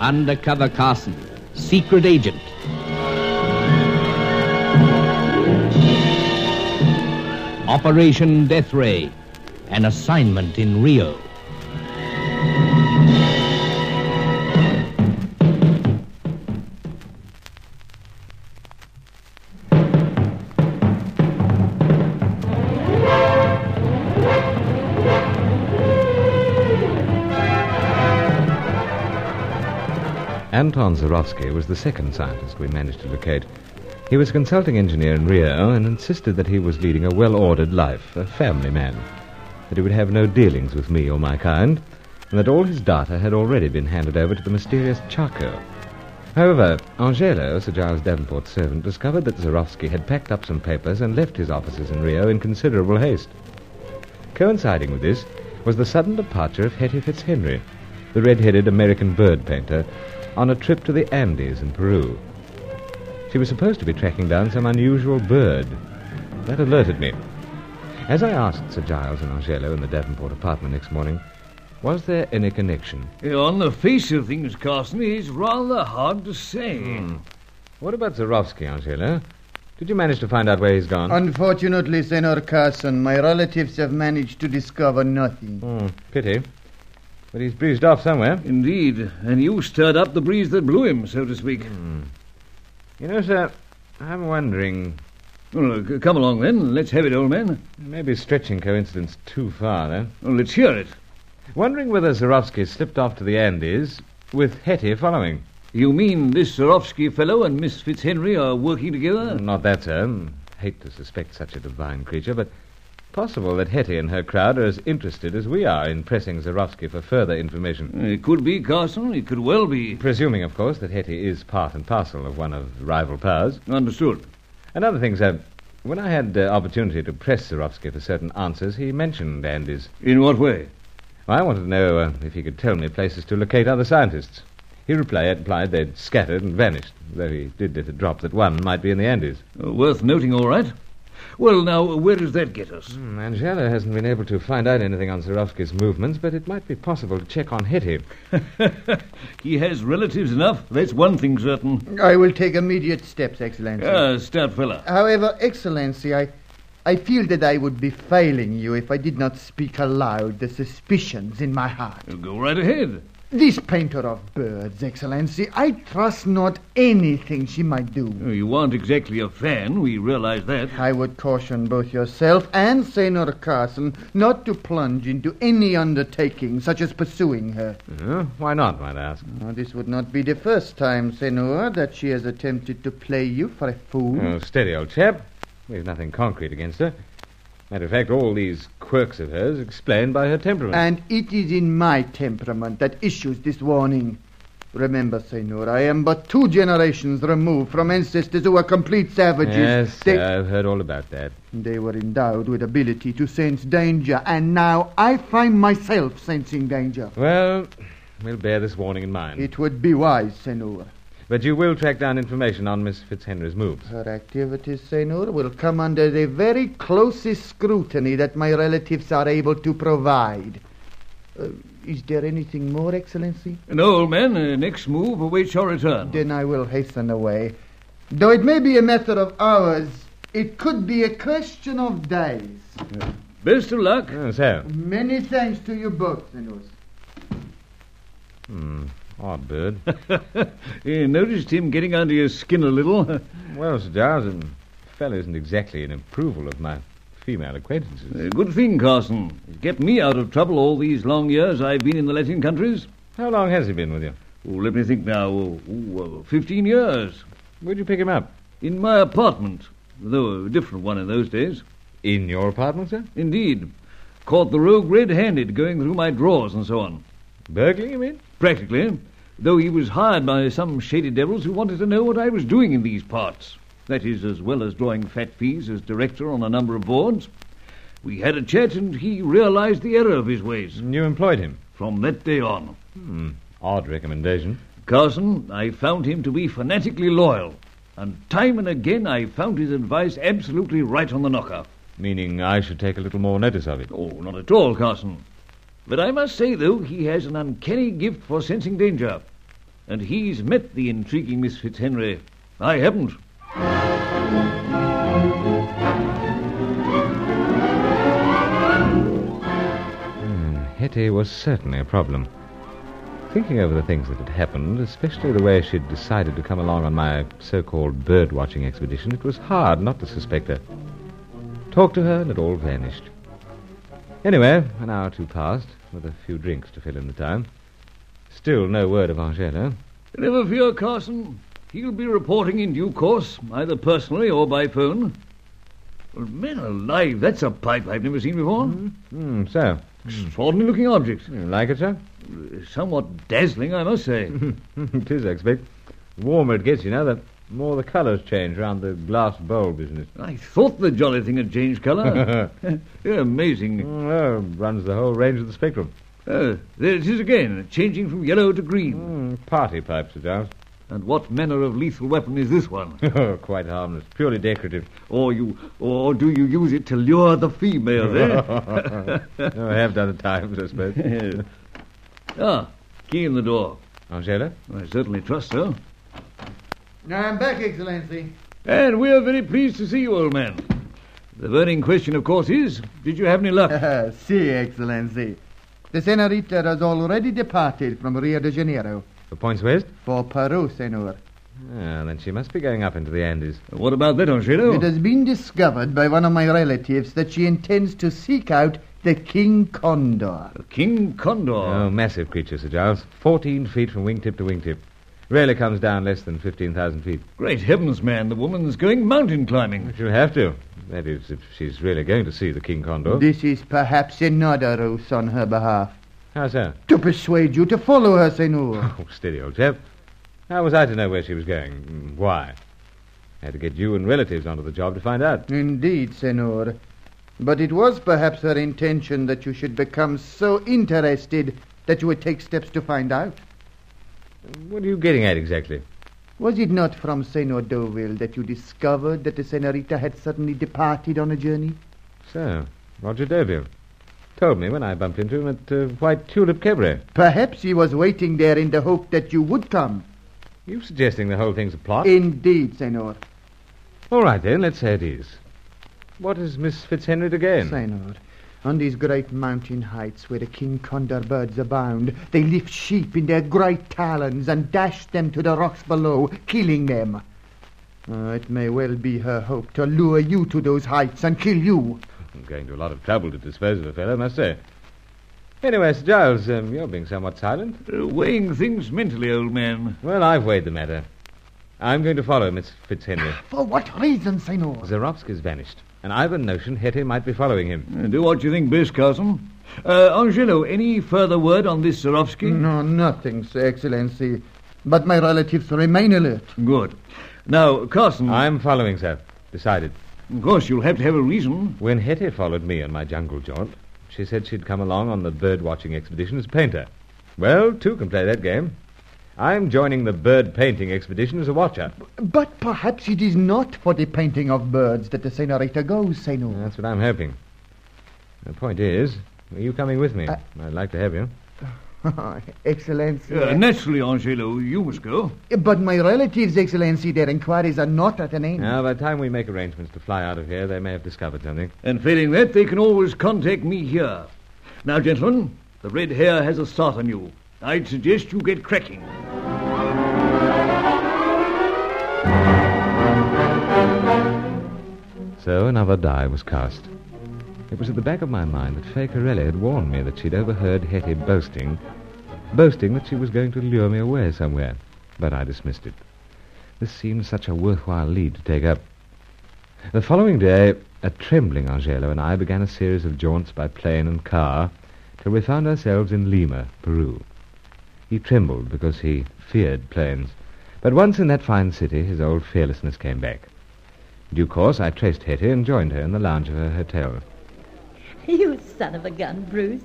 Undercover Carson, secret agent. Operation Death Ray, an assignment in Rio. Anton Zarovsky was the second scientist we managed to locate. He was a consulting engineer in Rio and insisted that he was leading a well ordered life, a family man, that he would have no dealings with me or my kind, and that all his data had already been handed over to the mysterious Charco. However, Angelo, Sir Giles Davenport's servant, discovered that Zarovsky had packed up some papers and left his offices in Rio in considerable haste. Coinciding with this was the sudden departure of Hetty Fitzhenry, the red-headed American bird painter, on a trip to the Andes in Peru. She was supposed to be tracking down some unusual bird. That alerted me. As I asked Sir Giles and Angelo in the Davenport apartment next morning, was there any connection? Eh, On the face of things, Carson, it's rather hard to say. What about Zarovsky, Angelo? Did you manage to find out where he's gone? Unfortunately, Senor Carson, my relatives have managed to discover nothing. Hmm, pity. But he's breezed off somewhere. Indeed, and you stirred up the breeze that blew him, so to speak. You know, sir, I'm wondering. Well, c- come along then. Let's have it, old man. Maybe stretching coincidence too far, though. Well, let's hear it. Wondering whether Zarovsky slipped off to the Andes with Hetty following. You mean this Sorovsky fellow and Miss Fitzhenry are working together? Not that, sir. Hmm. Hate to suspect such a divine creature, but possible that Hetty and her crowd are as interested as we are in pressing Zarovsky for further information. It could be, Carson. It could well be. Presuming, of course, that Hetty is part and parcel of one of the rival powers. Understood. Another thing, sir, when I had uh, opportunity to press Zarovsky for certain answers, he mentioned Andes. In what way? I wanted to know uh, if he could tell me places to locate other scientists. He replied, replied they'd scattered and vanished, though he did let it drop that one might be in the Andes. Uh, worth noting, all right. Well, now, where does that get us? Hmm, Angela hasn't been able to find out anything on Zarovsky's movements, but it might be possible to check on Hetty. he has relatives enough. That's one thing certain. I will take immediate steps, Excellency. Ah, stout fella. However, Excellency, I, I feel that I would be failing you if I did not speak aloud the suspicions in my heart. You Go right ahead. This painter of birds, Excellency, I trust not anything she might do. Oh, You aren't exactly a fan, we realize that. I would caution both yourself and Senor Carson not to plunge into any undertaking such as pursuing her. Huh? Hmm, why not, might I ask? Now, this would not be the first time, Senor, that she has attempted to play you for a fool. Oh, steady, old chap. We've nothing concrete against her. Matter of fact, all these quirks of hers explained by her temperament. And it is in my temperament that issues this warning. Remember, Senor, I am but two generations removed from ancestors who were complete savages. yes, they, sir, I've heard all about that. they were endowed with ability to sense danger, and now I find myself sensing danger. Well, we'll bear this warning in mind. It would be wise, Senor. But you will track down information on Miss Fitzhenry's moves. Her activities, Senor, will come under the very closest scrutiny that my relatives are able to provide. Uh, is there anything more, Excellency? No, old man, uh, next move awaits your return. Then I will hasten away. Though it may be a matter of hours, it could be a question of days. Best of luck. Oh, so, Many thanks to you both, Senors. hmm, odd bird. You Uh, noticed him getting under your skin a little. Uh, well, Sir Giles, the fellow isn't exactly an approval of my female acquaintances. A good thing, Carson. It kept me out of trouble all these long years I've been in the Latin countries. How long has he been with you? Oh, let me think now. Oh, oh, uh, 15 years. Where'd you pick him up? In my apartment, though a different one in those days. In your apartment, sir? Indeed. Caught the rogue red handed going through my drawers and so on. Burglary, you mean? Practically. Though he was hired by some shady devils who wanted to know what I was doing in these parts. That is, as well as drawing fat fees as director on a number of boards. We had a chat, and he realized the error of his ways. You employed him. From that day on, Odd recommendation. Carson, I found him to be fanatically loyal, and time and again I found his advice absolutely right on the knocker. Meaning I should take a little more notice of it. Oh, not at all, Carson. But I must say, though, he has an uncanny gift for sensing danger. and he's met the intriguing Miss Fitzhenry. I haven't. Hetty was certainly a problem. Thinking over the things that had happened, especially the way she'd decided to come along on my so called bird watching expedition, it was hard not to suspect her. Talked to her, and it all vanished. Anyway, an hour or two passed, with a few drinks to fill in the time. Still no word of Angela. Never fear, Carson. He'll be reporting in due course, either personally or by phone. Well, men alive, that's a pipe I've never seen before. Hmm, so, Extraordinary looking object. you like it, sir? Somewhat dazzling, I must say. it is, I expect. The warmer it gets, you know, the more the colours change round the glass bowl business. I thought the jolly thing had changed colour. Yeah, amazing. Mm, oh, runs the whole range of the spectrum. Oh, there it is again, changing from yellow to green. Mm, party pipes, it does. Oh, And what manner of lethal weapon is this one? Quite harmless, purely decorative. Or you, or do you use it to lure the female? Eh? No, Oh, I have done at times, I suppose. ah, key in the door. Angela? I certainly trust so. Now I'm back, Excellency. And we are very pleased to see you, old man. The burning question, of course, is: Did you have any luck? si, Excellency. The Senorita has already departed from Rio de Janeiro For points west? for Peru, Senor. Ah, then she must be going up into the Andes. what about that, Angelo? It has been discovered by one of my relatives that she intends to seek out the King Condor. King Condor. Oh, massive creature, Sir Giles. Fourteen feet from wingtip to wingtip. Rarely comes down less than 15,000 feet. Great heavens, man! The woman's going mountain climbing. She'll have to. That is, if she's really going to see the King Condor. This is perhaps another ruse on her behalf. How so? To persuade you to follow her, Senor. Oh, steady, old chap. How was I to know where she was going? Mm, Why? I had to get you and relatives onto the job to find out. Indeed, Senor. But it was perhaps her intention that you should become so interested that you would take steps to find out. What are you getting at exactly? Was it not from Senor Deauville that you discovered that the Senorita had suddenly departed on a journey? So, Roger Deville told me when I bumped into him at uh, White Tulip Cabaret. Perhaps he was waiting there in the hope that you would come. You suggesting the whole thing's a plot? Indeed, Senor. All right, then, let's say it is. What is Miss Fitzhenry to gain? Senor, on these great mountain heights where the king condor birds abound, they lift sheep in their great talons and dash them to the rocks below, killing them. Uh, it may well be her hope to lure you to those heights and kill you. I'm going to a lot of trouble to dispose of a fellow, must say. Anyway, Sir Giles, um, you're being somewhat silent. Uh, weighing things mentally, old man. Well, I've weighed the matter. I'm going to follow Miss Fitzhenry. For what reason, Senor? Zarovsky's vanished, and I've a notion Hetty might be following him. Uh, do what you think best, Carson. Uh, Angelo, any further word on this Zarovsky? No, nothing, Sir Excellency. But my relatives remain alert. Good. Now, Carson, I'm following, sir. Decided. of course you'll have to have a reason. When Hetty followed me on my jungle jaunt, she said she'd come along on the bird watching expedition as a painter. Well, two can play that game. I'm joining the bird painting expedition as a watcher. But perhaps it is not for the painting of birds that the Senorita goes, Senor. That's what I'm hoping. The point is, are you coming with me? I'd like to have you. Excellency. Uh, naturally, Angelo, you must go. But my relatives, Excellency, their inquiries are not at an end. Now, by the time we make arrangements to fly out of here, they may have discovered something. And failing that, they can always contact me here. Now, gentlemen, the red hair has a start on you. I'd suggest you get cracking. So another die was cast. It was at the back of my mind that Fay Corelli had warned me that she'd overheard Hetty boasting, boasting that she was going to lure me away somewhere, but I dismissed it. This seemed such a worthwhile lead to take up. The following day, a trembling Angelo and I began a series of jaunts by plane and car till we found ourselves in Lima, Peru. He trembled because he feared planes, but once in that fine city, his old fearlessness came back. In due course, I traced Hetty and joined her in the lounge of her hotel. You son of a gun, Bruce.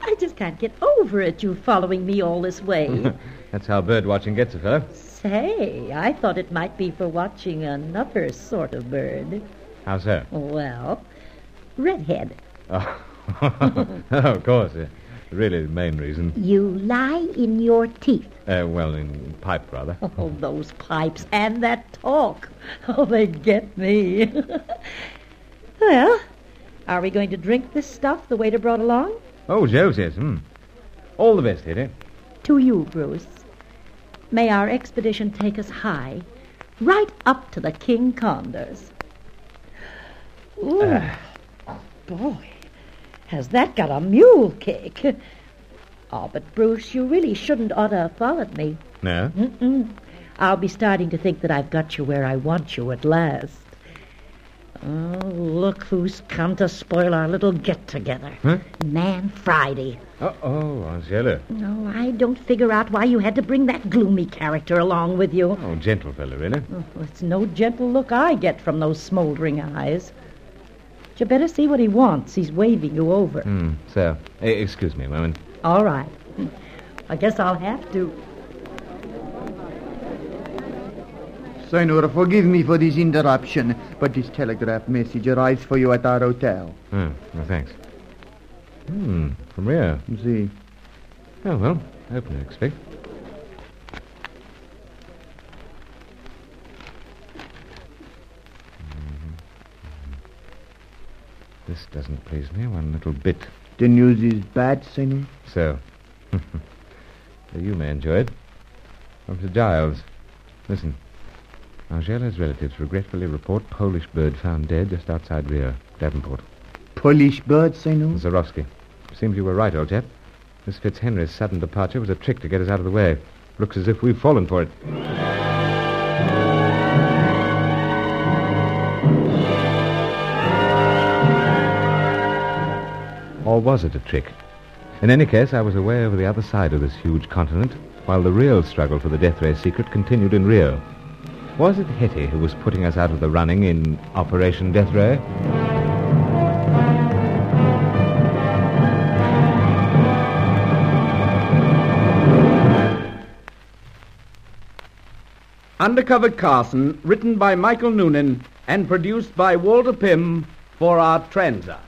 I just can't get over it, you following me all this way. That's how bird watching gets a fellow. Say, I thought it might be for watching another sort of bird. How so? Well, redhead. Oh, of course. yeah. really the main reason. You lie in your teeth. Uh, well, in pipe, rather. Oh, those pipes and that talk. Oh, they get me. well, are we going to drink this stuff the waiter brought along? Oh, Joe says, hmm. All the best, Eddie. To you, Bruce. May our expedition take us high, right up to the King Condors. Ooh, boy, has that got a mule kick? Oh, but Bruce, you really shouldn't ought to have followed me. No? I'll be starting to think that I've got you where I want you at last. Oh, look who's come to spoil our little get-together. Huh? Man Friday. Oh, Uh-oh, Angela. No, I don't figure out why you had to bring that gloomy character along with you. Oh, gentle fellow, really. Oh, Well, it's no gentle look I get from those smoldering eyes. But you better see what he wants. He's waving you over. Hmm, so, eh, excuse me a moment. All right. I guess I'll have to. Senor, forgive me for this interruption, but this telegraph message arrives for you at our hotel. Oh, no, thanks. Hmm, from Rio. See. Oh, well, open I expect. Mm-hmm. This doesn't please me one little bit. The news is bad, Senor. So, so you may enjoy it. From Sir Giles. Listen. Angela's relatives regretfully report Polish bird found dead just outside Rio, Davenport. Polish bird, Senor. Zarowski. Seems you were right, old chap. Miss Fitzhenry's sudden departure was a trick to get us out of the way. Looks as if we've fallen for it. Or was it a trick? In any case, I was away over the other side of this huge continent, while the real struggle for the death ray secret continued in Rio. Was it Hetty who was putting us out of the running in Operation Death Ray? Undercover Carson, written by Michael Noonan and produced by Walter Pym for our Transa.